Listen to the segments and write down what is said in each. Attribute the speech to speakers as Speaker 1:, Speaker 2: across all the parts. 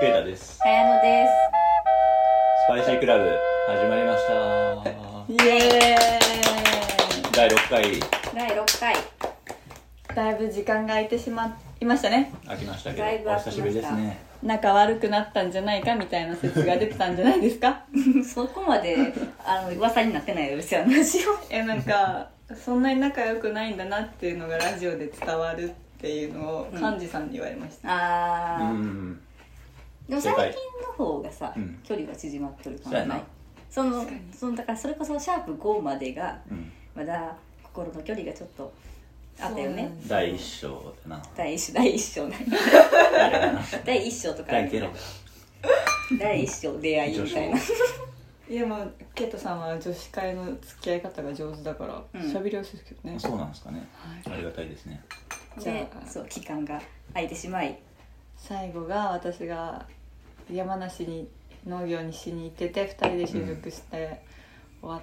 Speaker 1: です
Speaker 2: かやので
Speaker 1: スパイシークラブ始まりました
Speaker 3: イエー
Speaker 1: 第6回
Speaker 2: す第6回
Speaker 3: イだいぶ時間が空いてしまいましたね
Speaker 1: 開きましたけ
Speaker 2: だいぶ
Speaker 1: どお
Speaker 2: 開き
Speaker 1: 久しぶりですね
Speaker 3: 仲悪くなったんじゃないかみたいな説が出てたんじゃないです か
Speaker 2: そこまであの噂になってないようちは話を
Speaker 3: いやなんかそんなに仲良くないんだなっていうのがラジオで伝わるっていうのを
Speaker 2: うん
Speaker 3: 幹事さんに言われました、
Speaker 2: あ
Speaker 1: う
Speaker 2: ー、
Speaker 1: ん
Speaker 2: でも最近の方がさ、
Speaker 1: うん
Speaker 2: 距離が縮まってるか
Speaker 1: そう
Speaker 2: ら
Speaker 1: や
Speaker 2: な
Speaker 1: ない
Speaker 2: その
Speaker 3: 確かに
Speaker 2: そのだからそれこそシャープ5までが
Speaker 1: うん
Speaker 2: まだ心の距離がちょっとあったよ
Speaker 3: そうな
Speaker 2: ね
Speaker 3: んです
Speaker 1: 第1章だな
Speaker 2: 第一章第一章何 第一章とかあ
Speaker 1: 第
Speaker 2: るけ
Speaker 1: 0
Speaker 2: ど第一章出会いみたいな
Speaker 3: いやもうケイトさんは女子会の付き合い方が上手だから
Speaker 2: うん
Speaker 3: 喋、りやすいですけどね
Speaker 1: そうなんですかね
Speaker 3: はい
Speaker 1: ありがたいですね
Speaker 3: じゃ
Speaker 2: で
Speaker 3: あ
Speaker 2: そう期間が空いてしまい
Speaker 3: 最後が私が山梨に農業にしに行ってて2人で就職して終わっ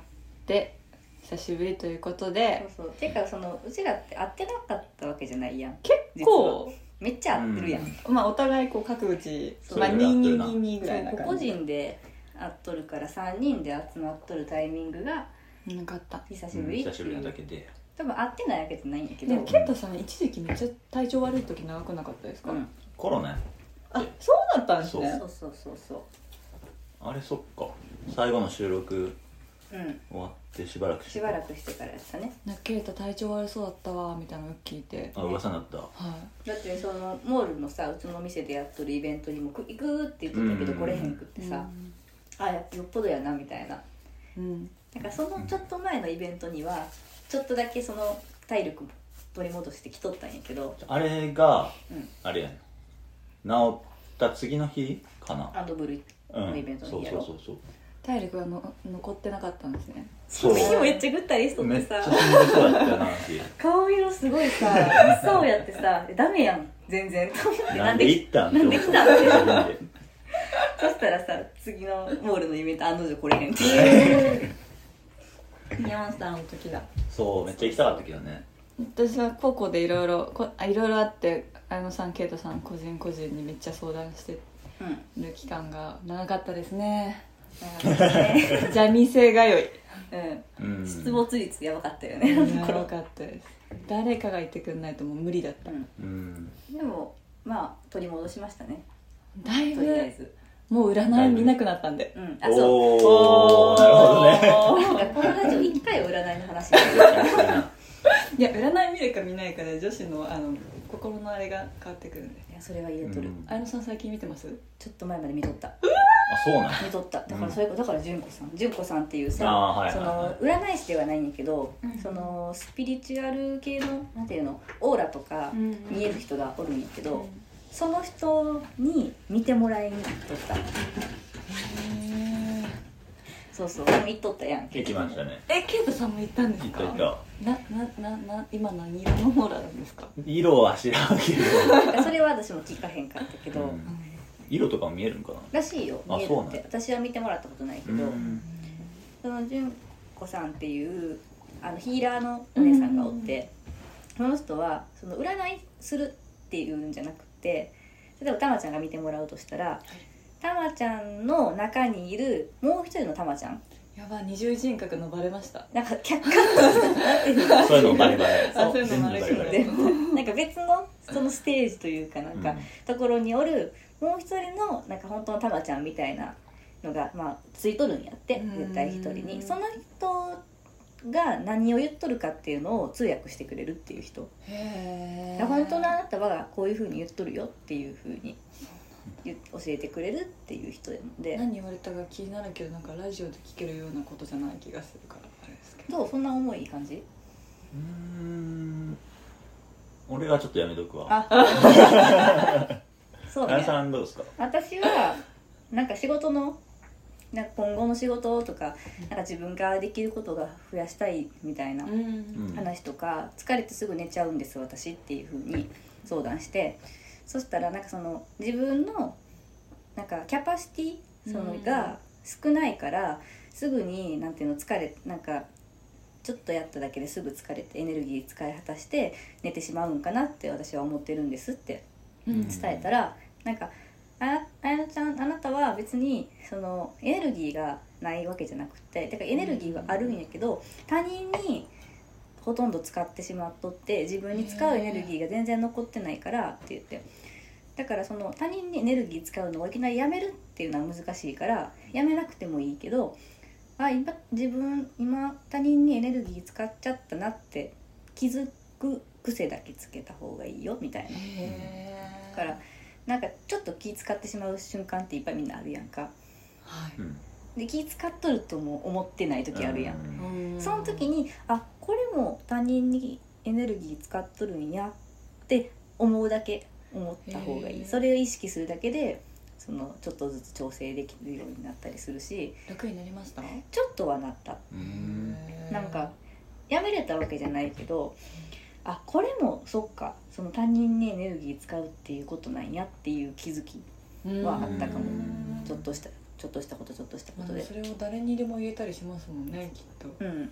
Speaker 3: て、久しぶりということ
Speaker 2: そう
Speaker 3: で
Speaker 2: そうてかそのうちらって会ってなかったわけじゃないやん
Speaker 3: 結構
Speaker 2: めっちゃ会ってるやん、
Speaker 1: うん
Speaker 3: まあお互いこう各自
Speaker 2: そう
Speaker 3: まあ
Speaker 2: それ
Speaker 1: ぐらい合ってるな
Speaker 3: 2222ぐ
Speaker 2: そ
Speaker 3: らいうな
Speaker 2: 個
Speaker 3: 感
Speaker 2: 々
Speaker 3: じ
Speaker 2: 人で会っとるから3人で集まっとるタイミングが
Speaker 3: なかった
Speaker 2: 久し
Speaker 1: うん
Speaker 2: ぶりって
Speaker 1: 久しぶ
Speaker 2: い
Speaker 1: り
Speaker 2: う、
Speaker 1: なだけで
Speaker 2: 多分会ってないわけじゃないんやけど
Speaker 3: でもケンタさん一時期めっちゃ体調悪い時長くなかったですか、
Speaker 2: うん、
Speaker 1: コロナや
Speaker 3: あそうだったんですね
Speaker 2: そうそうそうそ
Speaker 1: あれそっか最後の収録
Speaker 2: ううん
Speaker 1: 終わってしばらく
Speaker 2: しばらくしてからやったね
Speaker 3: なんかケイタ体調悪そうだったわみたいなのを聞いて
Speaker 1: あ噂になった
Speaker 3: は
Speaker 2: だってそのモールのさうちの店でやっとるイベントにもく行くって言ってたけど
Speaker 1: うん
Speaker 2: 来れへんくって
Speaker 3: い
Speaker 2: さ、あやっぱよっぽどやなみたいな
Speaker 3: うん、うん
Speaker 2: なんかそのちょっと前のイベントにはちょっとだけその体力も取り戻してきとったんやけど
Speaker 1: あれが
Speaker 2: うん
Speaker 1: あれやね治った次の日かな
Speaker 2: アンドブル
Speaker 1: うん
Speaker 2: のイベント
Speaker 1: そ
Speaker 2: の
Speaker 1: う
Speaker 2: 日や
Speaker 1: そ
Speaker 2: ろ
Speaker 1: うそうそう
Speaker 3: 体力がの残ってなかったんですね
Speaker 2: そ
Speaker 1: そう
Speaker 2: の日めっちゃぐったりしとっ
Speaker 1: め
Speaker 2: て
Speaker 1: っちゃ
Speaker 2: さ
Speaker 1: しんどそうだったよな私
Speaker 2: 顔色すごいさ物騒やってさダメやん全然と思って
Speaker 1: なんで行ったん
Speaker 2: なんで行ったん
Speaker 1: って思った自分で
Speaker 2: そしたらさ次のモールのイベント案の定来れへんっていう
Speaker 3: 山下の時だ
Speaker 1: そうめっちゃ行きたかったけどね
Speaker 3: 私は高校でいろいろこあいろいろあって綾野さん圭人さん個人個人にめっちゃ相談して
Speaker 2: うん
Speaker 3: る期間が長かったですね
Speaker 2: だからね
Speaker 3: ジャニ性通い
Speaker 2: うん
Speaker 1: うん
Speaker 2: 出没率やばかったよね、
Speaker 3: やばかったです誰かがいてくんないともう無理だった
Speaker 2: うん
Speaker 1: うん
Speaker 2: でもまあ取り戻しましたね
Speaker 3: だい
Speaker 2: とりあえ
Speaker 3: ぶ
Speaker 2: ず
Speaker 3: もう占い見なくなったんで
Speaker 2: うんあそう
Speaker 1: おーなるほどね
Speaker 2: なんかこのラジオ1回は占いの話してる
Speaker 3: いや占い見るか見ないかで女子のあの心のあれが変わってくるんで
Speaker 2: いやそれは言えとる、
Speaker 1: うんあ
Speaker 3: 綾野さん最近見てます
Speaker 2: ちょっと前まで見とった
Speaker 1: そうなんや
Speaker 2: 見とっただからそれだから純子さん純子さんっていうさ、
Speaker 1: あーはい
Speaker 2: そ
Speaker 1: はい
Speaker 2: の占い師ではないんやけど、
Speaker 3: うん
Speaker 2: そのスピリチュアル系のなんていうのオーラとか見える人がおるんやけど、その人に見てもらいに行っとったそうそうでも行っとったやん
Speaker 1: 行きましたね
Speaker 3: えケイトさんも行ったんで
Speaker 1: 行
Speaker 3: す
Speaker 1: った
Speaker 3: か
Speaker 1: 行った
Speaker 3: なななな今何色のオーラなんですか
Speaker 1: 色は知らんけ
Speaker 2: だからそれは私も聞かへんかったけ
Speaker 1: ど
Speaker 2: ど、
Speaker 1: うん色とかも見えるんから
Speaker 2: しいよ見える
Speaker 1: あそう
Speaker 2: っ
Speaker 1: なん
Speaker 2: て
Speaker 1: や
Speaker 2: 私は見てもらったことないけ
Speaker 1: な
Speaker 2: ど、
Speaker 1: うん
Speaker 2: その純子さんっていうあのヒーラーのお姉さんがおって、その人はその占いするっていうんじゃなくて例えばたまちゃんが見てもらうとしたらたまちゃんの中にいるもう一人のたまち ゃん
Speaker 3: やば二重人格のバレました
Speaker 2: なんか客観として
Speaker 1: そういうのバレバレ
Speaker 3: あそういうのバレバレ
Speaker 1: 全部
Speaker 2: なんか別のそのステージというかなんか、
Speaker 1: うん
Speaker 2: ところにおるもう一人のなんか本当のタマちゃんみたいなのが、まあ、ついとるんやって
Speaker 3: うん
Speaker 2: 絶対一人にその人が何を言っとるかっていうのを通訳してくれるっていう人
Speaker 3: へ
Speaker 2: 本当のあなたはこういうふうに言っとるよっていうふうに言教えてくれるっていう人なので
Speaker 3: 何言われたか気になるけどなんかラジオで聞けるようなことじゃない気がするからあれですけど
Speaker 2: どうそんな重い感じ
Speaker 1: うーん俺はちょっとやめとくわ
Speaker 2: あそう
Speaker 1: あや
Speaker 2: ね
Speaker 1: さんどうですか
Speaker 2: 私はなんか仕事のなんか今後の仕事とかなんか自分ができることが増やしたいみたいな
Speaker 3: うん
Speaker 1: ん
Speaker 2: 話とか「疲れてすぐ寝ちゃうんです私」っていう風に相談してそしたらなんかその自分のなんかキャパシティその
Speaker 3: うん
Speaker 2: が少ないからすぐになんていうの疲れなんかちょっとやっただけですぐ疲れてエネルギー使い果たして寝てしまうんかなって私は思ってるんですって
Speaker 3: うん
Speaker 2: 伝えたら、なんか「ああやのちゃんあは別にそのエネルギーがないわけじゃなくてだからエネルギーはあるんやけど他人にほとんど使ってしまっとって自分に使うエネルギーが全然残ってないからって言ってだからその他人にエネルギー使うのをいきなりやめるっていうのは難しいからやめなくてもいいけどあ今自分今他人にエネルギー使っちゃったなって気づく癖だけつけた方がいいよみたいな。
Speaker 3: へ
Speaker 2: だからなんかちょっと気使ってしまう瞬間っていっぱいみんなあるやんか
Speaker 3: は
Speaker 1: うん
Speaker 2: で気使っとるとも思ってない時あるやん、
Speaker 1: う
Speaker 3: い
Speaker 2: その時にあこれも他人にエネルギー使っとるんやって思うだけ思った方がい
Speaker 3: へ
Speaker 2: い
Speaker 3: ー
Speaker 2: それを意識するだけでそのちょっとずつ調整できるようになったりするし
Speaker 3: 楽になりました
Speaker 2: ちょっとはなった
Speaker 1: うん
Speaker 2: なんかやめれたわけじゃないけどあこれもそっかその他人にエネルギー使うっていうことなんやっていう気づきはあったかもちょっとしたちょっとしたことちょっとしたこと
Speaker 3: うん
Speaker 2: で
Speaker 3: それを誰にでも言えたりしますもんねきっと
Speaker 2: うん、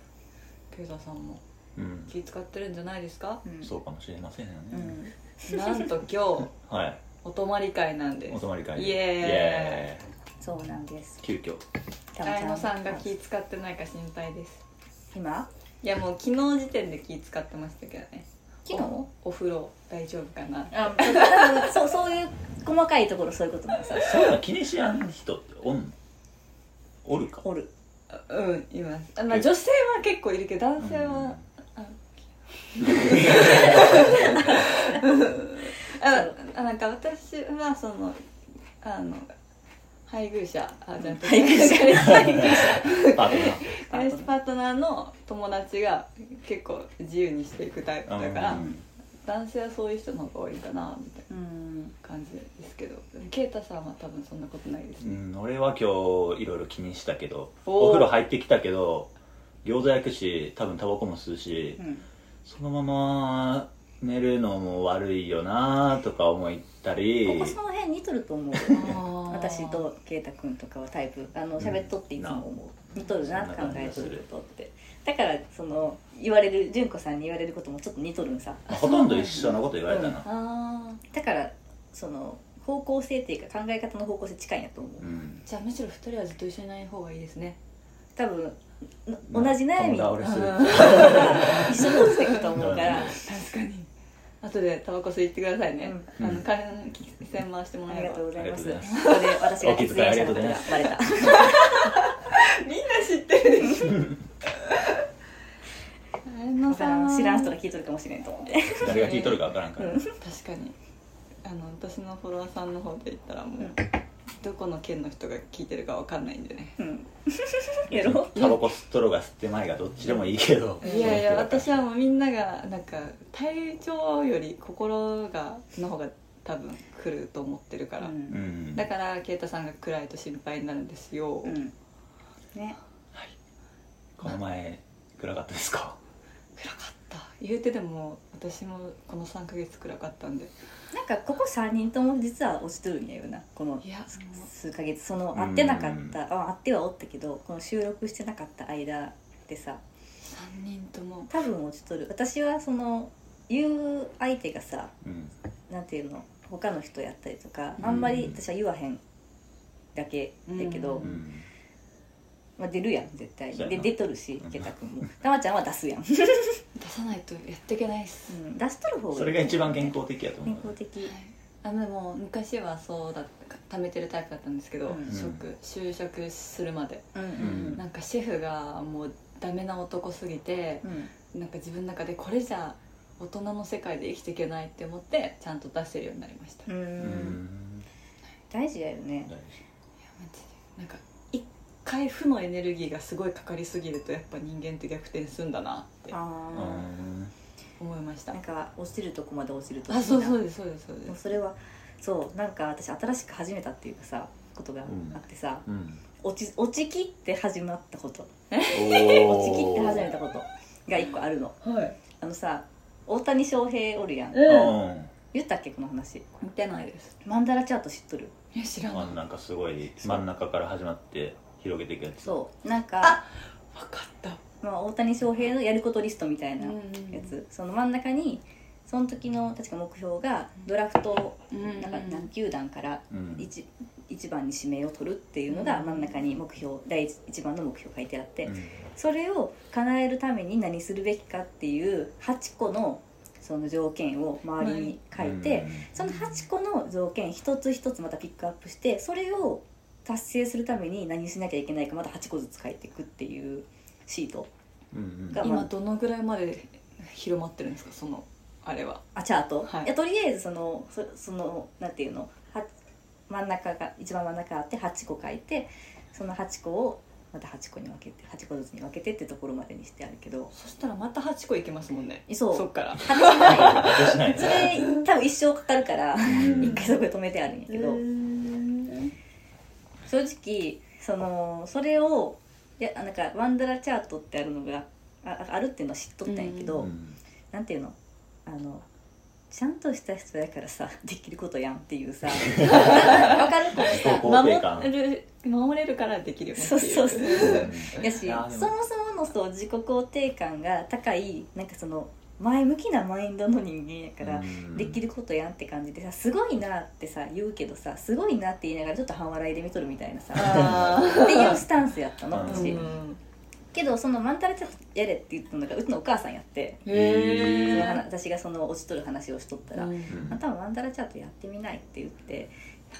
Speaker 3: ピューザさんも
Speaker 1: うん
Speaker 3: 気使ってるんじゃないですか
Speaker 2: うん、
Speaker 1: そうかもしれませんよ
Speaker 2: う
Speaker 1: ね
Speaker 2: ん、
Speaker 3: なんと今
Speaker 1: はい
Speaker 3: 日お泊まり会なんで
Speaker 1: お
Speaker 3: す
Speaker 1: 泊まり会
Speaker 3: イエーイ
Speaker 1: エー
Speaker 2: そうなんです
Speaker 1: イ急遽
Speaker 2: たま
Speaker 3: 綾
Speaker 2: ちゃ
Speaker 3: 野さんが気使ってないか心配です
Speaker 2: 今
Speaker 3: いやもう昨日時点で気使ってましたけどね
Speaker 2: 昨日
Speaker 3: お風呂大丈夫かな
Speaker 2: あちょっと多分 そうそういう細かいところそういうことなんですよ
Speaker 1: そういうの気にしやん人っておんのおるか
Speaker 2: おる
Speaker 3: うんいますあまあ女性は結構いるけど男性はあああなんか私はそのあの配偶者あじゃなくて
Speaker 2: 配偶 者
Speaker 3: 彼氏
Speaker 1: うんパート
Speaker 2: パ
Speaker 3: 彼氏
Speaker 2: ートナ
Speaker 3: パートナーの友達が結構自由にしていくタイプ
Speaker 1: ナ
Speaker 3: だ
Speaker 1: ー
Speaker 3: から、
Speaker 1: うん
Speaker 3: 男性はそういう人の方が多いかなみたい
Speaker 2: ーうん
Speaker 3: な感じですけど啓太さんは多分そんなことないです
Speaker 1: う
Speaker 3: ね、
Speaker 1: ん、俺は今日いろいろ気にしたけど
Speaker 3: おー
Speaker 1: お風呂入ってきたけど餃子焼くし多分タバコも吸うし、
Speaker 2: うん
Speaker 1: そのまま寝るのも悪いよなとか思った
Speaker 2: こ
Speaker 1: り
Speaker 2: こその辺似とると思う私
Speaker 3: 私
Speaker 2: と圭太君とかはタイプあの
Speaker 1: うん
Speaker 2: 喋っとっていつも思う似とる
Speaker 1: そ
Speaker 2: な
Speaker 1: んな感
Speaker 2: 考
Speaker 1: じ
Speaker 2: え
Speaker 1: が
Speaker 2: と
Speaker 1: する
Speaker 2: ることってだからその言われる純子さんに言われることもちょっと似とるんさ
Speaker 1: まあほとんど一緒のこと言われたな、
Speaker 3: ああ
Speaker 2: だからその方向性っていうか考え方の方向性近いんやと思う
Speaker 1: うん
Speaker 3: じゃあむしろ二人はずっと一緒にいない方がいいですね
Speaker 2: 多分同じ悩み
Speaker 1: まあ友倒れする
Speaker 3: うん
Speaker 2: 一緒に落ちてくると思うから
Speaker 3: 確かに後でタバコ吸いってくださいね、
Speaker 1: うん
Speaker 3: あの金の喫煙回しても
Speaker 2: あ
Speaker 3: らえ
Speaker 2: りが
Speaker 3: ば
Speaker 2: とうございます
Speaker 1: ありがとう
Speaker 2: ここで私が
Speaker 1: お気
Speaker 2: 喫
Speaker 1: 遣い
Speaker 2: 煙
Speaker 1: ありがとう
Speaker 2: 者のこと
Speaker 1: ござい
Speaker 2: が
Speaker 1: ます
Speaker 2: バレた
Speaker 3: みんな知ってるでしょ野さん
Speaker 2: 知らん人が聞いとるかもしれんと思って
Speaker 1: 誰が聞いとるかわからんから、
Speaker 2: うん
Speaker 3: 確かにあの私のフォロワーさんの方で言ったらもう、
Speaker 2: うん
Speaker 3: どこの県の人が聞いてるかわかんないんでね
Speaker 2: うん やろ
Speaker 1: タバコ吸っとろうが吸ってないがどっちでもいいけど、
Speaker 3: いやいや私はもうみんながなんか体調より心がの方が多分来ると思ってるから、
Speaker 2: うん
Speaker 1: うん
Speaker 3: だから啓太さんが暗いと心配になるんですよ、
Speaker 2: うんね
Speaker 1: この前暗かったですか
Speaker 3: 暗かった言うてでも私もこの3ヶ月暗かったんで
Speaker 2: なんかここ3人とも実は落ちとるんやよなこの
Speaker 3: いや
Speaker 2: 数ヶ月その会ってなかったあ会ってはおったけどこの収録してなかった間でさ
Speaker 3: 3人とも
Speaker 2: 多分落ちとる私はその言う相手がさ
Speaker 1: うん
Speaker 2: なんていうの他の人やったりとか
Speaker 3: うん
Speaker 2: あんまり私は言わへんだけだけど、
Speaker 3: う
Speaker 1: うん
Speaker 2: まあ、出るやん絶対
Speaker 1: そうや
Speaker 2: で
Speaker 1: な
Speaker 2: 出とるし
Speaker 1: うん
Speaker 2: ケタ君 もたまちゃんは出すやん、う
Speaker 3: 出さないとやっていけないっす、
Speaker 2: ん、出しとる方がいい
Speaker 1: それが一番健康的やと
Speaker 2: 健
Speaker 1: 思
Speaker 2: 康
Speaker 1: う
Speaker 3: は
Speaker 2: 的
Speaker 3: い、あでも昔はそうだった貯めてるタイプだったんですけど、
Speaker 2: うん
Speaker 3: 職就職するまで
Speaker 2: うんうん
Speaker 1: うん
Speaker 3: なんかシェフがもうダメな男すぎて
Speaker 2: うんうん
Speaker 3: なんか自分の中でこれじゃ大人の世界で生きていけないって思ってちゃんと出せるようになりました、
Speaker 2: う
Speaker 3: いや
Speaker 2: ん
Speaker 1: ん
Speaker 2: 大事だよね
Speaker 3: マ
Speaker 1: 大事
Speaker 3: ジでなんか一回負のエネルギーがすごいかかりすぎるとやっぱ人間って逆転するんだなって
Speaker 1: う
Speaker 2: あ
Speaker 1: ん
Speaker 3: 思いまし
Speaker 2: あ
Speaker 3: た
Speaker 2: なんか落ちるとこまで落ちると
Speaker 3: あそうそううですそうですそうです
Speaker 2: それはそうなんか私新しく始めたっていうかさことがあってさ、
Speaker 1: うん
Speaker 2: 落ち落ちきって始まった こと落ちきっ
Speaker 1: お
Speaker 2: て
Speaker 1: ー
Speaker 2: 始めたことが一個あるの
Speaker 3: はい
Speaker 2: あのさ大谷翔平おるや
Speaker 3: う
Speaker 2: ん
Speaker 3: ん
Speaker 2: 言ったっけこの話
Speaker 3: 見てないです
Speaker 2: マンダラチャート知っとる
Speaker 3: いや知
Speaker 1: う
Speaker 3: ら
Speaker 1: ん、
Speaker 3: ない
Speaker 1: あなんかすごい真ん中から始まって広げていくやつ
Speaker 2: そうなん
Speaker 3: あ
Speaker 2: か
Speaker 3: 分かった
Speaker 2: まあ、大谷翔平のやることリストみたいなや
Speaker 3: や
Speaker 2: つ、その真ん中にその時の確か目標がドラフトを
Speaker 3: うん
Speaker 2: なんか何球団から
Speaker 1: うん
Speaker 2: 一一番に指名を取るっていうのが真ん中に目標第一一番の目標書いてあって、
Speaker 1: うん
Speaker 2: それを叶えるために何するべきかっていう8個のその条件を周りに書いて、その8個の条件一つ一つまたピックアップしてそれを達成するために何しなきゃいけないかまた8個ずつ書いていくっていうシート
Speaker 1: うんうん
Speaker 2: が
Speaker 3: 今どのぐらいまで広まってるんですかそのあれは
Speaker 2: あチャート、
Speaker 3: はい
Speaker 2: いやとりあえずそのそそのなんていうのは真ん中が一番真ん中あって8個書いてその8個をまた8個に分けて8個ずつに分けてってところまでにしてあるけど
Speaker 3: そしたらまた8個いけますもんね
Speaker 2: そう
Speaker 3: そっから
Speaker 2: 果てしない
Speaker 1: 果てしないね
Speaker 2: それ多分一生かかるから
Speaker 1: うん
Speaker 2: 一回そこで止めてあるんやけど、
Speaker 3: うん
Speaker 2: 正直そのそれをいやあなんかワンダラチャートってあるのがあああるっていうのは知っとったんやけど、
Speaker 1: うん
Speaker 2: なんていうのあのちゃんとした人やからさできることやんっていう さわ
Speaker 3: 守
Speaker 1: 自己肯
Speaker 2: かるこのさ
Speaker 1: 定感
Speaker 3: る守れるからできるよねって
Speaker 2: そう
Speaker 3: い
Speaker 2: そうそう
Speaker 1: うん
Speaker 2: やし
Speaker 1: いやで
Speaker 2: そ
Speaker 1: も
Speaker 2: もそものそう自己肯定感が高いなんかその前向きなマインドの人間やから、
Speaker 1: うん
Speaker 2: できることやんって感じでさすごいなってさ言うけどさすごいなって言いながらちょっと半笑いで見とるみたいなさ
Speaker 3: あ
Speaker 2: っていうスタンスやった
Speaker 1: う
Speaker 2: の
Speaker 1: ん
Speaker 3: ー
Speaker 2: 私、
Speaker 3: うん
Speaker 2: けどそのマンタラチャットやれって言ったのがうちのお母さんやって、
Speaker 1: へ
Speaker 2: その話
Speaker 3: ー
Speaker 2: 私がその落ちとる話をしとったら「
Speaker 3: うん
Speaker 1: うん
Speaker 2: あんたもマンタラチャートやってみない」って言って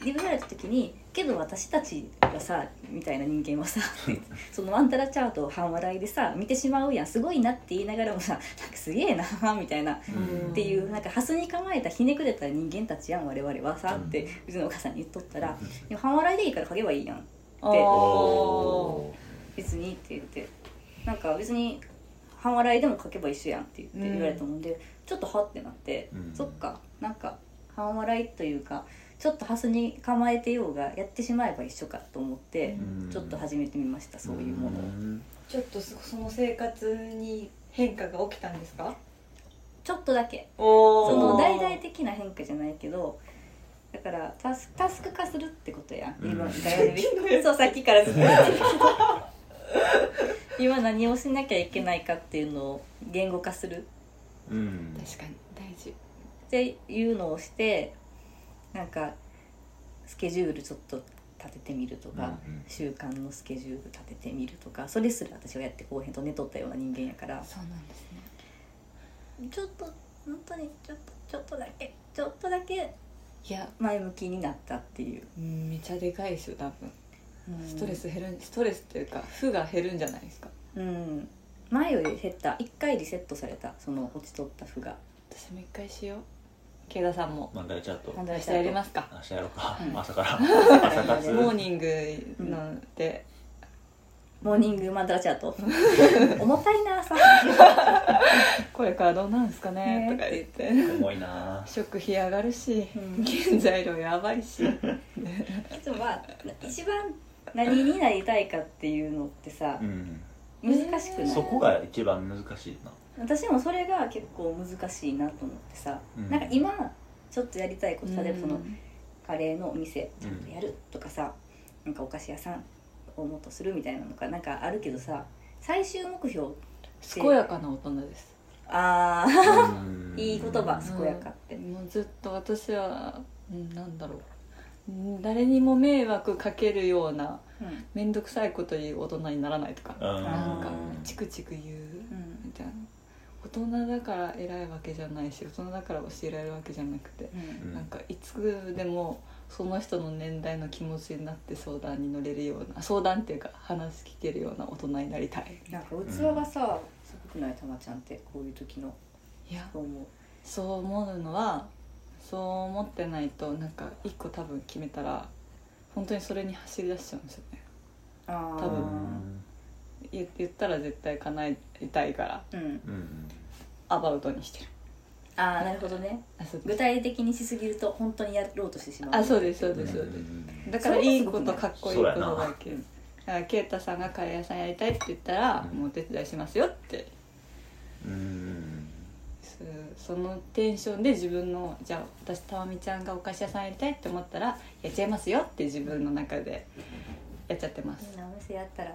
Speaker 2: リブやれた時に「けど私たちがさ」みたいな人間はさって言ってそのマンタラチャートを半笑いでさ見てしまうやんすごいなって言いながらもさ「なんかすげえな」みたいな。
Speaker 1: うん
Speaker 2: っていうなんかハスに構えたひねくれた人間たちやん我々はさ
Speaker 1: うん
Speaker 2: ってうちのお母さんに言っとったら「いや半笑いでいいから書けばいいやん」
Speaker 3: あー
Speaker 1: おー
Speaker 2: 別にって言ってなんか別に半笑いでも書けば一緒やんって言って
Speaker 3: うん
Speaker 2: 言われたもんで、ちょっとはってなって、
Speaker 1: うん
Speaker 2: そっかなんか半笑いというかちょっとハスに構えてようがやってしまえば一緒かと思って、
Speaker 1: うん
Speaker 2: ちょっと始めてみましたそういうものを、
Speaker 1: ん
Speaker 3: ちょっとそその生活に変化が起きたんですか
Speaker 2: ちょっとだけ
Speaker 3: お
Speaker 2: その大々的な変化じゃないけどだからタスタスク化するってことやん
Speaker 1: うん
Speaker 2: 今がやるべきそうさっきからずっと言ってるけど今何をしなきゃいけないかっていうのを言語化する
Speaker 1: うん
Speaker 3: 確かに大事
Speaker 2: っていうのをしてなんかスケジュールちょっと立ててみるとか、
Speaker 1: うんうん
Speaker 2: 習慣のスケジュール立ててみるとかそれすら私はやってこうへんと寝とったような人間やから
Speaker 3: そうなんですね
Speaker 2: ちょっと本当にちょっとちょっとだけちょっとだけ
Speaker 3: いや
Speaker 2: 前向きになったっていう、
Speaker 3: めちゃでかいですよ多分
Speaker 2: うん
Speaker 3: ストレス減るんストレスというか負が減るんじゃないですか
Speaker 2: うん前より減った一回リセットされたその落ちとった負が
Speaker 3: 私も一回しよう慶田さんも
Speaker 1: まあ大ちゃんと
Speaker 2: 明
Speaker 3: 明日やりますか
Speaker 1: 明日やろうか
Speaker 2: うん
Speaker 1: 朝から
Speaker 2: 朝
Speaker 1: 朝活
Speaker 2: うん
Speaker 3: モーニングので、
Speaker 2: モーニングマンダラチャ ート重たいな 朝
Speaker 3: これからどうなんですかね
Speaker 2: ね
Speaker 3: とか言って
Speaker 1: 重いな
Speaker 3: 食費上がるし、
Speaker 2: うん
Speaker 3: 原材料やばいし
Speaker 2: あとは一番何になりたいかっていうのってさ
Speaker 1: うん
Speaker 2: 難しくない、
Speaker 1: そこが一番難しいな
Speaker 2: 私もそれが結構難しいなと思ってさ、
Speaker 1: うん
Speaker 2: なんか今ちょっとやりたいこと例えばその
Speaker 3: うん
Speaker 2: カレーのお店
Speaker 1: うん
Speaker 2: やるとかさなんかお菓子屋さんをもっとするみたいなのかなんかあるけどさ最終目標
Speaker 3: 健やかな大人です
Speaker 2: ああ
Speaker 1: うん
Speaker 2: いい言葉
Speaker 3: うん
Speaker 2: 健やかって
Speaker 3: もうずっと私は、うん、なんだろううん誰にも迷惑かけるような
Speaker 2: うん
Speaker 3: 面倒くさいこと言う大人にならないとか
Speaker 1: うん
Speaker 3: なんか
Speaker 2: う
Speaker 3: チクチク言う
Speaker 2: うん
Speaker 3: みたいな大人だから偉いわけじゃないし大人だから教えられるわけじゃなくて、
Speaker 2: うん
Speaker 1: うん
Speaker 3: なんかいつでもその人の年代の気持ちになって相談に乗れるような相談っていうか話聞けるような大人になりたい
Speaker 2: なんか器がさすごくないたまちゃんってこういう時の
Speaker 3: いや
Speaker 2: そう思う
Speaker 3: そう思うのはそう思ってないとなんか一個多分決めたら本当にそれに走り出しちゃうんですよね
Speaker 2: あ
Speaker 3: 多
Speaker 1: う
Speaker 3: 分
Speaker 1: ん
Speaker 3: 言言ったら絶対叶えたいから
Speaker 2: ーうん
Speaker 1: うん
Speaker 3: アバウトにしてる
Speaker 2: ああなるほどね
Speaker 3: あそう
Speaker 2: 具体的にしすぎると本当にやろうとしてしまう
Speaker 3: あそうですそう
Speaker 1: う
Speaker 3: で
Speaker 1: ん
Speaker 3: すそうです
Speaker 1: うん
Speaker 3: だからいいことかっこいいこと
Speaker 1: そうやな
Speaker 3: だけどだから啓太さんがカレー屋さんやりたいって言ったら、
Speaker 1: うん
Speaker 3: もうお手伝いしますよって
Speaker 1: うん
Speaker 3: そうそのテンションで自分のじゃあ私たわみちゃんがお菓子屋さんやりたいって思ったらやっちゃいますよって自分の中でやっちゃってます
Speaker 2: みんなお店やったら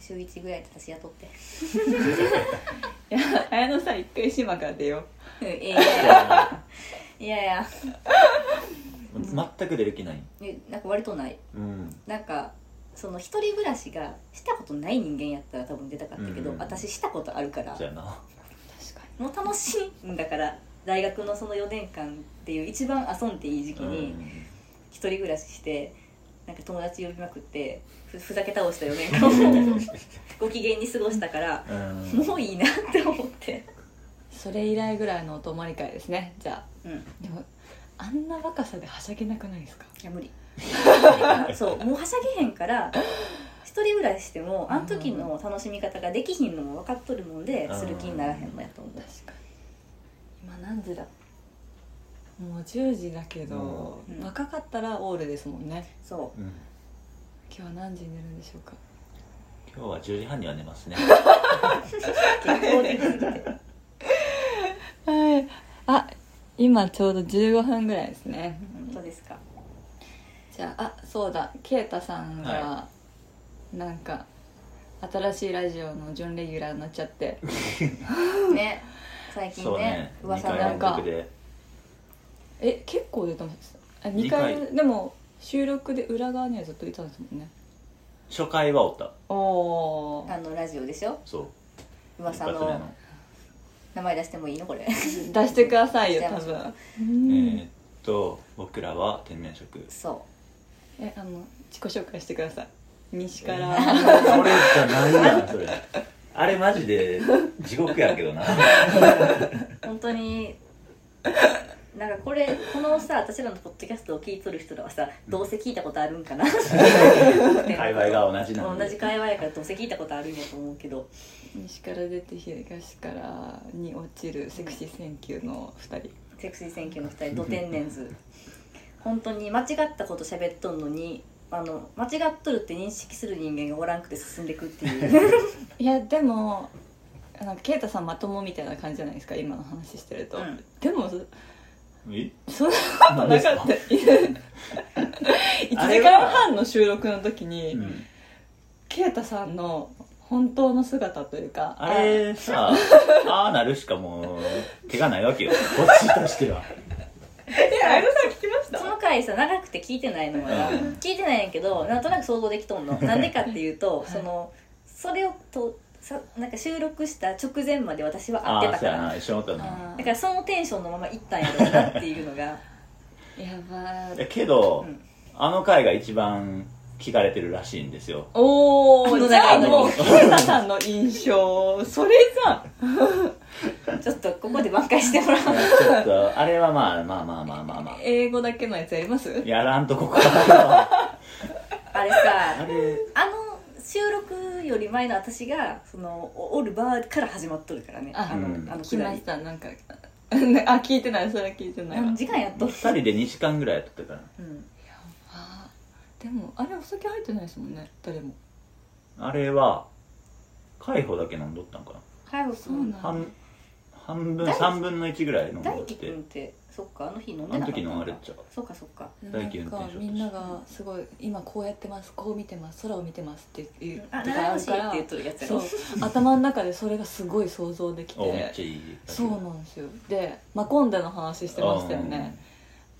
Speaker 2: 週1ぐらいで私雇って
Speaker 3: いや綾乃さん一回島から出よ
Speaker 2: うんいやいや いやいや
Speaker 1: 全く出る気ない
Speaker 2: えなんか割とない
Speaker 1: うん
Speaker 2: なんかその一人暮らしがしたことない人間やったら多分出たかったけど、
Speaker 1: うん
Speaker 2: 私したことあるから
Speaker 1: じゃあな
Speaker 3: う確か
Speaker 2: もう楽しいんだから大学のその4年間っていう一番遊んでいい時期に一人暮らししてなんか友達呼びまくってふふざけ倒した4年間 を
Speaker 3: に
Speaker 2: ご機嫌に過ごしたから
Speaker 1: うん、うん
Speaker 2: もういいなって思って
Speaker 3: それ以来ぐらいのお泊まり会ですねじゃ
Speaker 2: うんい
Speaker 3: あでもあんな若さではしゃげなくないですか
Speaker 2: や無理 そうもうはしゃげへんから一人暮らししてもあの時の楽しみ方ができひんのも分かっとるもんで
Speaker 1: うん
Speaker 2: する気にならへんのやと思う
Speaker 3: 確かに今何時だもう10時だけど、
Speaker 2: うん
Speaker 3: 若かったらオールですもんね
Speaker 2: そ
Speaker 1: うん
Speaker 3: 今日は何時に寝るんでしょうか
Speaker 1: 今日は10時半には寝ますね
Speaker 2: う健康的すぎて
Speaker 3: はいあ今ちょうど15分ぐらいですね
Speaker 2: 本 当ですか
Speaker 3: じゃああそうだ啓太さんが、
Speaker 1: は
Speaker 3: なんか新しいラジオの準レギュラーになっちゃ って
Speaker 2: ね最近
Speaker 1: そう
Speaker 2: ね
Speaker 1: ね2
Speaker 2: 噂
Speaker 1: 回
Speaker 2: なん
Speaker 1: 連
Speaker 2: か
Speaker 1: 続で
Speaker 3: え結構出たんですあ2
Speaker 1: 二
Speaker 3: 回
Speaker 1: 回
Speaker 3: でも収録で裏側にはずっといたんですもんね
Speaker 1: 初回はおった
Speaker 3: おお
Speaker 2: あのラジオでしょ
Speaker 1: そう
Speaker 2: 噂
Speaker 1: 一発目
Speaker 2: の名前出してもいいのこれ
Speaker 3: 出してくださいよ多
Speaker 2: 出しちゃい
Speaker 3: 分
Speaker 1: えーっと僕らは天然色
Speaker 2: そ
Speaker 3: えあの自己紹介してください西か
Speaker 1: え
Speaker 3: ら
Speaker 1: それじゃないや んそれあれマジで地獄やけどな
Speaker 2: う本当になんかこれこのさ私らのポッドキャストを聞いとる人らはさどうせ聞いたことあるんかな
Speaker 1: 界隈が同じなんで
Speaker 2: 同じ界隈やからどうせ聞いたことあるんやと思うけど
Speaker 3: 西から出て東からに落ちるセクシーセンキューの2人
Speaker 2: セクシー選挙の2人ド天然 図本当に間違ったこと喋っとんのにあの間違っとるって認識する人間がおらんくて進んでくって いう
Speaker 3: いやでもあの啓太さんまともみたいな感じじゃないですか今の話してると、
Speaker 2: うん
Speaker 3: でも
Speaker 1: え
Speaker 3: そんなことなかった1時
Speaker 1: あれ
Speaker 3: 間
Speaker 1: は
Speaker 3: 半の収録の時に
Speaker 1: うん
Speaker 3: 啓太、さんの本当の姿というか
Speaker 1: あれさああなるしかもう手がないわけよこっちとしては
Speaker 3: えあやのさん聞きまし
Speaker 2: その回さ長くて聞いてないのまだ
Speaker 1: うん
Speaker 2: 聞いてないんやけどなんとなく想像できとんのなんでかっていうと、そのそれをとさなんか収録した直前まで私は
Speaker 1: あ
Speaker 2: 会っ
Speaker 1: あ
Speaker 2: て
Speaker 1: そ
Speaker 2: た
Speaker 1: う
Speaker 2: か
Speaker 1: や
Speaker 2: ら
Speaker 1: な一緒におったな
Speaker 3: あ
Speaker 2: だ
Speaker 3: ー
Speaker 2: からそのテンションのまま行ったんやろうなっていうのが
Speaker 3: やば
Speaker 1: え
Speaker 3: ー
Speaker 1: けど、
Speaker 2: うん
Speaker 1: あの回が一番聞かれてるらしいんですよ
Speaker 3: お
Speaker 2: あの
Speaker 3: ーじゃあもう
Speaker 2: 長
Speaker 3: 啓太さんの印象それじゃん
Speaker 2: ちょっとここで挽回して もらおう
Speaker 1: ちょっとあれはまあまあまあまあまあま
Speaker 3: 英語だけのやつやります
Speaker 1: あやらんとこ か
Speaker 2: あれ
Speaker 1: あ
Speaker 2: さ
Speaker 1: れ
Speaker 2: あの収録より前の私がそのおおるバーから始まっとるからね
Speaker 3: あ
Speaker 2: あの、
Speaker 1: うん
Speaker 2: あの
Speaker 3: 来
Speaker 2: くだ
Speaker 3: ま
Speaker 2: り
Speaker 3: したなんか あ聞いてないそれは聞いてないわ
Speaker 2: 何時間やっと
Speaker 1: 2
Speaker 2: る、
Speaker 1: 人で2時間ぐらいやってたから
Speaker 2: うん、
Speaker 3: あーでもあれお酒入ってないですもんね誰も
Speaker 1: あれは海保だけ飲んどったんかな
Speaker 2: 海保
Speaker 3: そう
Speaker 2: 君
Speaker 3: なん
Speaker 1: 半半分
Speaker 2: 大輝
Speaker 1: 3分の1ぐらい飲ん
Speaker 2: 大
Speaker 1: どっ
Speaker 2: 輝くんっててそっかあの日飲ん
Speaker 1: あ
Speaker 2: で
Speaker 1: の
Speaker 2: なかった
Speaker 1: 時
Speaker 2: んだ
Speaker 1: 飲まれちゃう
Speaker 2: そうかそうか
Speaker 1: 大
Speaker 3: なん
Speaker 1: 輝運転手
Speaker 3: か
Speaker 1: として
Speaker 3: みんながすごい今こうやってますこう見てます空を見てますって言う
Speaker 2: あ
Speaker 3: とか
Speaker 2: 習
Speaker 3: あ
Speaker 2: い
Speaker 3: る
Speaker 2: しい
Speaker 3: か
Speaker 2: って
Speaker 3: ら
Speaker 2: 言っとるやつや
Speaker 3: そう
Speaker 2: ろ
Speaker 3: 頭の中でそれがすごい想像でき
Speaker 1: おめってちゃいい
Speaker 3: そうなんですよでマコンデの話してましたよね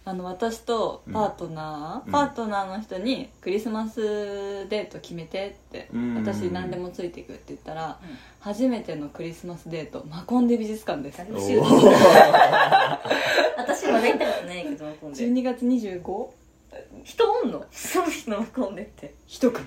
Speaker 3: あの私とパートナー、
Speaker 1: うん
Speaker 3: パートナーの人に「クリスマスデート決めて」って「
Speaker 1: うん
Speaker 3: 私何でもついていく」って言ったら、
Speaker 2: うん
Speaker 3: 初めてのクリスマスデートマコンデ美術館です
Speaker 2: 誰
Speaker 1: お
Speaker 2: も
Speaker 1: お
Speaker 2: 知る私まだ行ったことないけど飲み込ん で
Speaker 3: 12月 25?
Speaker 2: 人おんの その人飲み込んでって
Speaker 3: 一組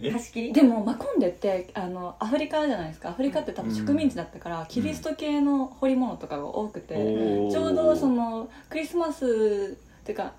Speaker 1: え
Speaker 2: 貸し切り
Speaker 3: でもマコンデってあのアフリカじゃないですかアフリカって多分植民地だったから、キリスト系の彫り物とかが多くて、
Speaker 1: おー
Speaker 3: ちょうどそのクリスマスっていうか、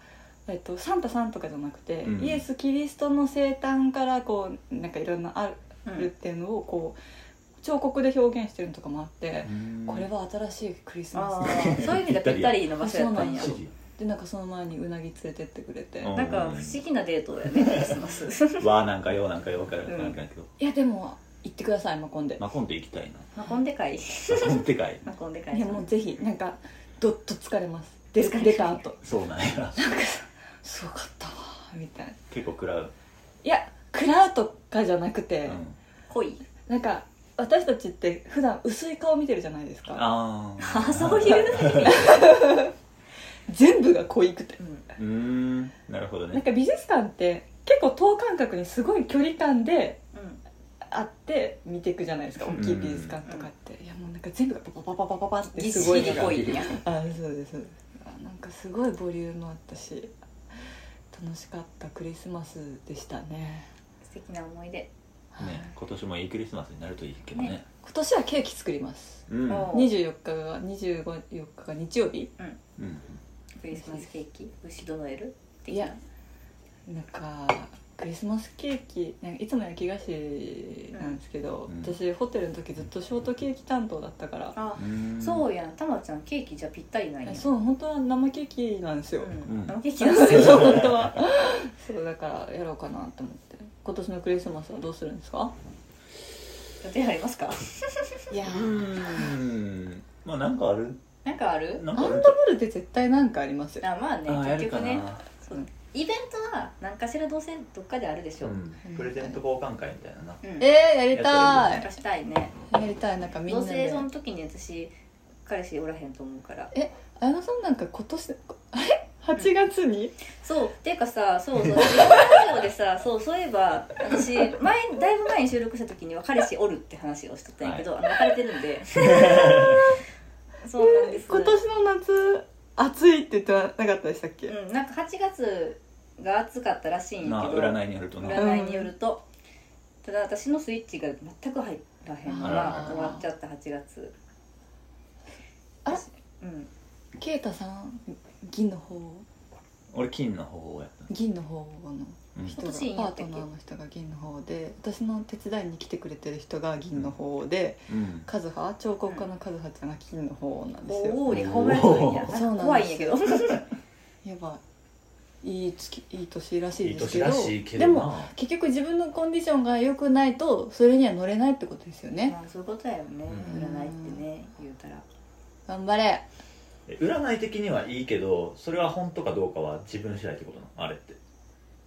Speaker 3: えっと、サンタさんとかじゃなくて、
Speaker 1: うん
Speaker 3: イエス・キリストの生誕からこうなんかいろんなあ
Speaker 2: う
Speaker 3: るっ
Speaker 2: ん
Speaker 3: ていうのをこう彫刻で表現してるのとかもあって
Speaker 1: う、ん
Speaker 3: これは新しいクリス
Speaker 2: あ
Speaker 3: マス
Speaker 2: あそういう意味ではぴったりの場所やったんや
Speaker 3: そ
Speaker 1: 指
Speaker 3: でなんかその前にうなぎ連れてってくれて、
Speaker 1: うん
Speaker 2: なんか不思議なデートだよねクリスマ ス
Speaker 1: 示わあなんかようなんかようからなんかやけど
Speaker 3: いやでも行ってくださいマコンデ、
Speaker 1: まあ今度行きたいな
Speaker 2: 運んでかい
Speaker 1: なんてかい
Speaker 2: 運んでかい
Speaker 3: いやもうぜひなんかどっと疲れます出る
Speaker 2: 疲れる
Speaker 3: 出た後
Speaker 1: そうなんや
Speaker 3: すごかったわみたいな
Speaker 1: 結構食らう
Speaker 3: いや食食らうとかじゃなくて、
Speaker 1: うん
Speaker 2: 濃い
Speaker 3: なんか私たちって普段薄い顔見てるじゃないですか
Speaker 1: あー
Speaker 2: あそういう
Speaker 3: 全部が濃いくて
Speaker 1: うーんなるほど
Speaker 3: なん
Speaker 1: ね
Speaker 3: か美術館って結構等間隔にすごい距離感で
Speaker 2: うん
Speaker 3: あって見ていくじゃないですか大きい美術館とかって、いやもうなんか全部がパパパパパパパって
Speaker 2: ぎっ
Speaker 3: すご
Speaker 2: し
Speaker 3: い
Speaker 2: り
Speaker 3: のが
Speaker 2: 濃いんや
Speaker 3: あそうですそうですあなんかすごいボリュームあったし楽しかったクリスマスでしたね
Speaker 2: 素敵な思い出
Speaker 3: はい
Speaker 1: ね今年もいいクリスマスになるといいけどね
Speaker 2: ね
Speaker 3: 今年はケーキ作ります
Speaker 1: うん
Speaker 2: お
Speaker 3: 24日が25日が日曜日
Speaker 1: うん
Speaker 2: クリスマスケーキ牛どのエル
Speaker 3: いやなんかクリスマスケーキなんかいつも焼き菓子なんですけど、
Speaker 1: うん
Speaker 3: 私ホテルの時ずっとショートケーキ担当だったから、
Speaker 2: あ
Speaker 1: うーん
Speaker 2: そうやんたまちゃんケーキじゃぴったりなんや
Speaker 3: えそう本当は生ケーキなんですよ、
Speaker 2: う
Speaker 1: うんん
Speaker 2: 生ケーキなんです
Speaker 3: そう
Speaker 2: よ
Speaker 3: 本当はそうだからやろうかなと思って今年のクリスマスはどうするんですか
Speaker 2: 予定ありますか
Speaker 3: いや
Speaker 1: うーんまあなんかある
Speaker 2: なんかある
Speaker 1: なんか
Speaker 3: ア
Speaker 1: あ
Speaker 3: ンド
Speaker 1: る
Speaker 3: ブルって絶対なんかありますよ
Speaker 2: あまあ
Speaker 1: あー
Speaker 2: ね
Speaker 1: や
Speaker 2: 結
Speaker 1: るか
Speaker 2: 局ね
Speaker 1: な
Speaker 2: そうイベントは何かしらどうせどっかであるでしょうん
Speaker 1: うんプレゼント交換会みたいなな
Speaker 3: えー、やり
Speaker 2: な
Speaker 3: た
Speaker 2: ん
Speaker 3: い
Speaker 2: かしたいね
Speaker 3: やりたいなんかみん
Speaker 2: ど
Speaker 3: な
Speaker 2: うせ
Speaker 3: で
Speaker 2: その時に私彼氏おらへんと思うから
Speaker 3: 綾野さんなんか今年あれ8月に、
Speaker 2: そうていうかさそうそうラジオでさそうそういえば私前だいぶ前に収録した時には彼氏おるって話をしとったんやけど、あの別れてるんでそうなんです
Speaker 3: 今年の夏暑いって言ってなかったでしたっけ、
Speaker 2: うん、なんか8月が暑かったらしいんや
Speaker 1: ま
Speaker 2: け
Speaker 1: あ
Speaker 2: ど
Speaker 1: 占いによるとな
Speaker 3: 占い
Speaker 2: 占いによると、ただ私のスイッチが全く入らへんか
Speaker 1: あ
Speaker 2: ら
Speaker 1: ー
Speaker 2: 終わっちゃった8月
Speaker 3: あれ
Speaker 2: うん
Speaker 3: ケイタさん銀の方
Speaker 1: 俺金の方やった
Speaker 3: 銀の方の
Speaker 1: うん
Speaker 3: 人
Speaker 2: 今年いいん
Speaker 3: が
Speaker 2: や
Speaker 3: パー
Speaker 2: った
Speaker 3: ト
Speaker 2: っけ
Speaker 3: ナーの人が銀の方で私の手伝いに来てくれてる人が銀の方で、
Speaker 1: うん
Speaker 3: カズハ彫刻家のカズハちゃんが金の方なんですよ
Speaker 2: おおに褒められたんや
Speaker 3: そうなんですよ
Speaker 2: 怖いんやけど
Speaker 3: やばいいい月いい年らし
Speaker 1: い
Speaker 3: い
Speaker 1: い
Speaker 3: ですけ
Speaker 1: 年
Speaker 3: ど
Speaker 1: らしいけ
Speaker 3: で
Speaker 1: ど
Speaker 3: も
Speaker 1: な
Speaker 3: 結局自分のコンディションが良くないとそれには乗れないってことですよね
Speaker 2: まあそういうことだよね
Speaker 1: うん
Speaker 2: 占いってね言うたら
Speaker 3: 頑張れ
Speaker 1: え占い的にはいいけどそれは本当かどうかは自分次第ってことなのあれって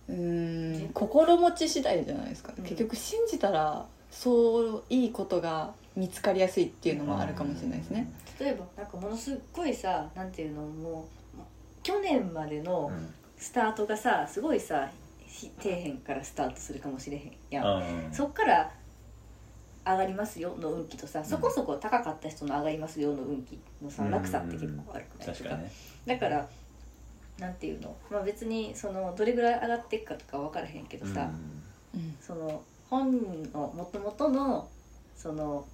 Speaker 3: うーん心持ち次第じゃないですか、
Speaker 2: うん
Speaker 3: 結局信じたらそういいことが見つかりやすいっていうのもあるかもしれないですね、
Speaker 2: 例えばなんかものすっごいさなんていうのもう去年まで
Speaker 1: う
Speaker 2: の
Speaker 1: ん
Speaker 2: スタートがさすごいさひ底辺からスタートするかもしれへんやん
Speaker 1: うん
Speaker 2: そっから上がりますよの運気とさ、そこそこ高かった人の上がりますよの運気のさ
Speaker 1: うん
Speaker 2: 落差って結構悪くないです
Speaker 1: 確かにね
Speaker 2: だからなんていうの、まあ、別にそのどれぐらい上がっていくかとか分からへんけどさ、
Speaker 1: うん
Speaker 3: うん
Speaker 2: その本人のもともとのその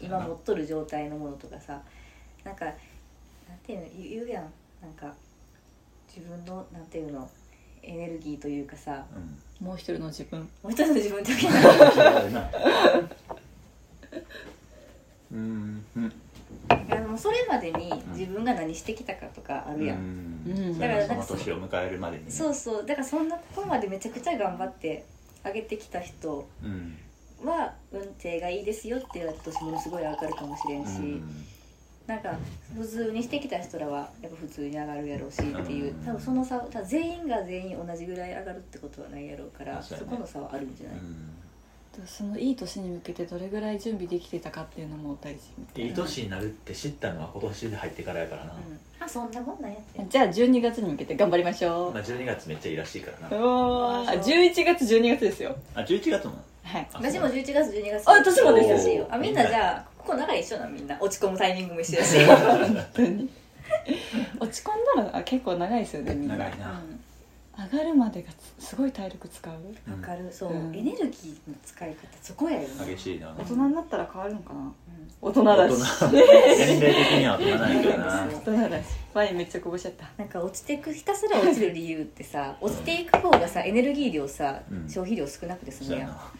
Speaker 2: 今持っとる状態のものとかさなんかなんていうの言う言うやんなんか自分のなんていうのエネルギーというかさ
Speaker 1: うん
Speaker 3: もう一人の自分
Speaker 2: もう一つの自分だけ な
Speaker 1: そうだなうんうん
Speaker 2: あのそれまでに自分が何してきたかとかあるやん、
Speaker 1: うん
Speaker 3: だ
Speaker 1: だ
Speaker 2: か
Speaker 1: からら
Speaker 2: な
Speaker 1: そ
Speaker 2: んか
Speaker 1: の
Speaker 2: そ
Speaker 1: 年を迎えるまでにね
Speaker 2: そうそうだからそんなここまでめちゃくちゃ頑張って上げてきた人
Speaker 1: うん
Speaker 2: は運程がいいですよって言われた年ものすごい上がるかもしれんし、
Speaker 1: うん
Speaker 2: なんか普通にしてきた人らはやっぱ普通に上がるやろうしっていう、
Speaker 1: うん
Speaker 2: 多分その差多分全員が全員同じぐらい上がるってことはないやろうから
Speaker 1: 確か
Speaker 2: そ
Speaker 1: にね
Speaker 2: この差はあるんじゃ
Speaker 1: う
Speaker 2: ない、
Speaker 1: ん
Speaker 3: そのいい年に向けてどれぐらい準備できてたかっていうのも大事みたい
Speaker 1: いい年になるって知ったのは今年で入ってからやからな
Speaker 2: うんあそんなもんなんやって
Speaker 3: なじゃあ12月に向けて頑張りましょ
Speaker 1: まあ12月めっちゃいいらしいから
Speaker 3: う
Speaker 1: な
Speaker 3: おー11月12月ですよ
Speaker 1: あ11月も
Speaker 3: はい
Speaker 1: あ
Speaker 2: 私も11月12月
Speaker 3: あ私もです
Speaker 2: らしいよあみんなじゃあここ長い一緒なんみんな落ち込むタイミングも一緒やし、うん、
Speaker 3: 本当に落ち込んだらあ結構長いですよねみんな
Speaker 1: 長いな
Speaker 3: 上がるまでがつすごい体力使う
Speaker 2: わかるそう、
Speaker 3: うん
Speaker 2: エネルギーの使い方そこやよ
Speaker 1: うん
Speaker 2: ね、
Speaker 1: 激しいな
Speaker 3: 大人になったら変わるのかな
Speaker 2: うん
Speaker 3: 大人だし
Speaker 1: 大人年齢的には大人ないけどな
Speaker 3: 大人だしワインめっちゃこぼしちゃった
Speaker 2: なんか落ちていくひたすら落ちる理由ってさ落ちていく方がさエネルギー量さ、
Speaker 1: うん
Speaker 2: 消費量少なくて済
Speaker 1: そ
Speaker 2: む
Speaker 1: う
Speaker 2: や
Speaker 1: や
Speaker 2: ん
Speaker 1: な
Speaker 3: 確か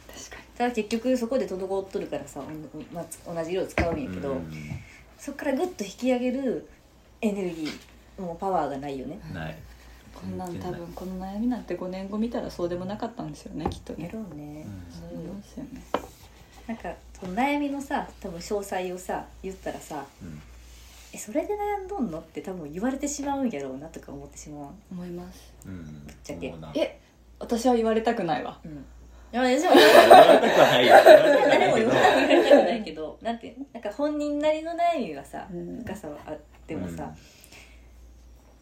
Speaker 2: ただ結局そこで滞っとるからさ、おんま同じ量使うんやけど、
Speaker 1: うん
Speaker 2: そっからグッと引き上げるエネルギーもうパワーがないよね
Speaker 1: な
Speaker 3: に
Speaker 1: い
Speaker 3: こんなん多分この悩みなんて5年後見たらそうでもなかったんですよねきっと
Speaker 2: や
Speaker 3: ね
Speaker 2: ろう
Speaker 1: う
Speaker 2: ね、
Speaker 3: そうですよね
Speaker 2: なんかその悩みのさ多分詳細をさ言ったらさ
Speaker 1: うん
Speaker 2: 「えそれで悩んどんの?」って多分言われてしまうんやろうなとか思ってしまう
Speaker 3: 思います
Speaker 1: うん
Speaker 2: っちゃけ
Speaker 1: もうな
Speaker 3: え私は言われたくないわ
Speaker 2: うん、や私も
Speaker 1: 言われたくはないよ言われたくはな
Speaker 2: 誰
Speaker 1: い
Speaker 2: も
Speaker 1: け
Speaker 2: 言
Speaker 1: ど
Speaker 2: われたくないけどなんてなんか本人なりの悩みはさ
Speaker 3: うん
Speaker 2: 深さはあってもさ、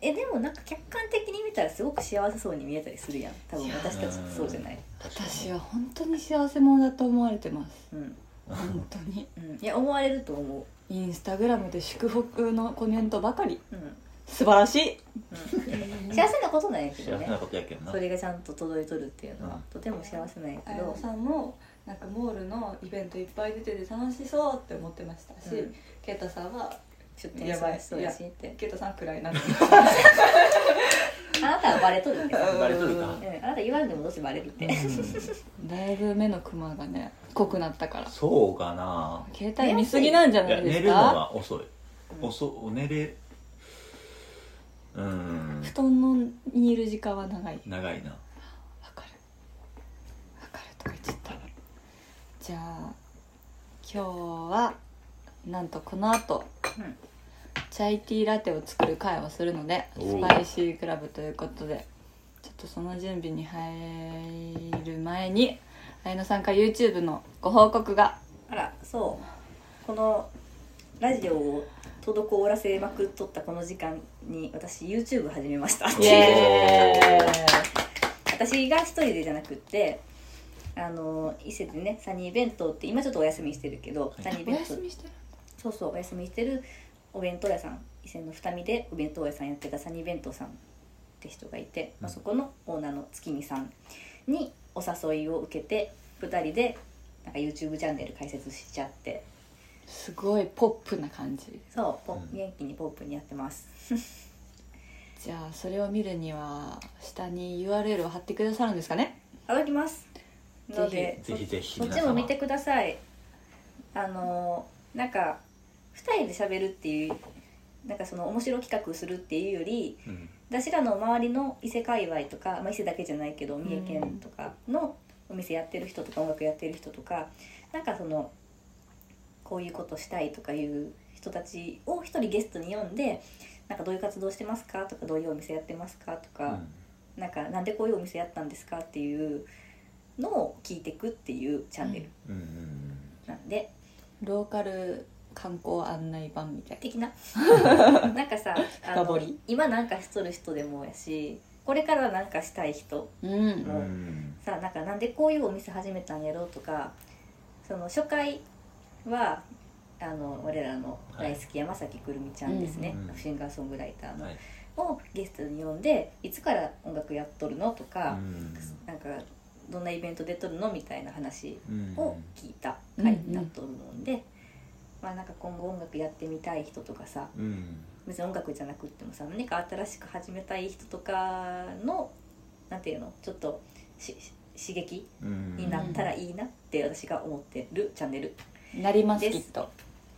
Speaker 2: えでもなんか客観的に見たらすごく幸せそうに見えたりするやん多分私たちってそうじゃない、
Speaker 3: 私は本当に幸せ者だと思われてます
Speaker 2: うん
Speaker 3: 本当に
Speaker 2: うん、いや思われると思
Speaker 3: インスタグラムで祝福のコメントばかり
Speaker 2: う、うん
Speaker 3: 素晴らしい
Speaker 2: うん、幸せなことなんやけど
Speaker 1: 幸せ
Speaker 2: ね
Speaker 1: なことやけどな
Speaker 2: それがちゃんと届いとるっていうのは、
Speaker 1: うん
Speaker 2: とても幸せなんやけ
Speaker 3: 綾
Speaker 2: ど
Speaker 3: 野、さんもなんかモールのイベントいっぱい出てて楽しそうって思ってましたし、
Speaker 2: うん
Speaker 3: ケイタさんは
Speaker 2: 出店しましそうやしって
Speaker 3: ケイタさんくらいなんか
Speaker 2: あなたはバレとるって、うん、
Speaker 1: バレとるか
Speaker 2: あなた言わんでもどうせバレるって、
Speaker 3: だいぶ目のクマがね濃くなったから
Speaker 1: そうかな
Speaker 3: 携帯見すぎなんじゃ
Speaker 1: い
Speaker 3: な
Speaker 1: や
Speaker 3: いで
Speaker 1: 寝
Speaker 3: す
Speaker 1: るの
Speaker 3: か
Speaker 1: は遅い
Speaker 2: うん
Speaker 1: 遅寝れうん
Speaker 3: 布団のにいる時間は長いわ
Speaker 1: 長いな
Speaker 3: かるわかるとか言っちゃったじゃあ今日はなんとこの後
Speaker 2: うん
Speaker 3: チャイティーラテを作る会をするので
Speaker 1: お
Speaker 3: ス
Speaker 1: う
Speaker 3: パイシークラブということでちょっとその準備に入る前に綾乃さんから YouTube のご報告が
Speaker 2: あらそうこのラジオを滞らせまくっとったこの時間に私 YouTube 始めました
Speaker 3: イエー
Speaker 2: 私が一人でじゃなくってあの伊勢でねサニー弁当って今ちょっとお休みしてるけど、サニー
Speaker 3: イお
Speaker 2: 弁当
Speaker 3: 休みしてる
Speaker 2: そうそうお休みしてるお弁当屋さん伊勢の二見でお弁当屋さんやってたサニー弁当さんって人がいて、まあ、そこのオーナーの月見さんにお誘いを受けて2人でなんか YouTube チャンネル開設しちゃって
Speaker 3: すごいポップな感じ
Speaker 2: そうポ
Speaker 1: うん
Speaker 2: 元気にポップにやってます
Speaker 3: じゃあそれを見るには下に URL を貼ってくださるんですかね
Speaker 2: ありますので
Speaker 1: ぜひぜひ
Speaker 2: そっちも見てくださいあのーなんか2人で喋るっていうなんかその面白企画するっていうより
Speaker 1: うん
Speaker 2: 私らの周りの伊勢界隈とか、まあ、伊勢だけじゃないけど三重県とかのお店やってる人とか音楽やってる人とかなんかそのこういうことしたいとかいう人たちを一人ゲストに呼んでなんかどういう活動してますかとかどういうお店やってますかと
Speaker 1: う
Speaker 2: か、
Speaker 1: ん
Speaker 2: なんかなんでこういうお店やったんですかっていうのを聞いてくっていうチャンネル
Speaker 1: うんうん
Speaker 2: なんで、
Speaker 3: ローカル観光案内版みたい
Speaker 2: 的ななんかさあ
Speaker 3: 深掘
Speaker 2: の
Speaker 3: り
Speaker 2: 今なんかしとる人でもやしこれからなんかしたい人
Speaker 3: なうん、
Speaker 1: うんうん
Speaker 2: さなんかなんでこういうお店始めたんやろうとかその初回はあの我らの大好き山崎くるみちゃんですね、
Speaker 1: うん
Speaker 2: シンガーソングライターの、
Speaker 1: はい
Speaker 2: をゲストに呼んでいつから音楽やっとるのと
Speaker 1: う
Speaker 2: か、
Speaker 1: ん
Speaker 2: なんかどんなイベント出とるのみたいな話
Speaker 1: うん
Speaker 2: を聞いた回になっとるもんで、まあなんか今後音楽やってみたい人とかさ
Speaker 1: うん
Speaker 2: 別に音楽じゃなくってもさ何か新しく始めたい人とかのなんていうのちょっとしし刺激
Speaker 1: うん
Speaker 2: になったらいいなって私が思ってるチャンネル
Speaker 3: なります
Speaker 2: で
Speaker 3: きっ
Speaker 2: す
Speaker 3: と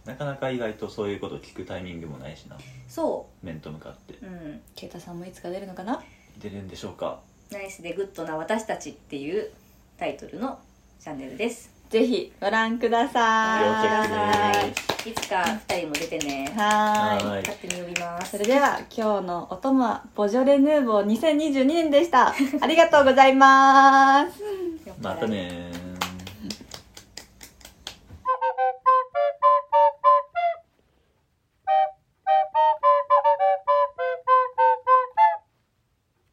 Speaker 1: なかなか意外とそういうこと聞くタイミングもないしな
Speaker 2: そ
Speaker 1: 面と向かって
Speaker 2: う、うん、
Speaker 3: 啓太さんもいつか出るのかな
Speaker 1: 出るんでしょうか
Speaker 2: ナイスでグッドな私たちっていうタイトルのチャンネルです
Speaker 3: ぜひご覧ください
Speaker 1: 要チェックです
Speaker 2: いつか2人も出てね
Speaker 3: はーい
Speaker 1: はーい
Speaker 2: 勝手に呼びま
Speaker 3: そ
Speaker 2: す
Speaker 3: れでは今日のお供はボジョレ・ヌーボー2022年でしたありがとうございます
Speaker 2: 酔っ払い
Speaker 1: またねー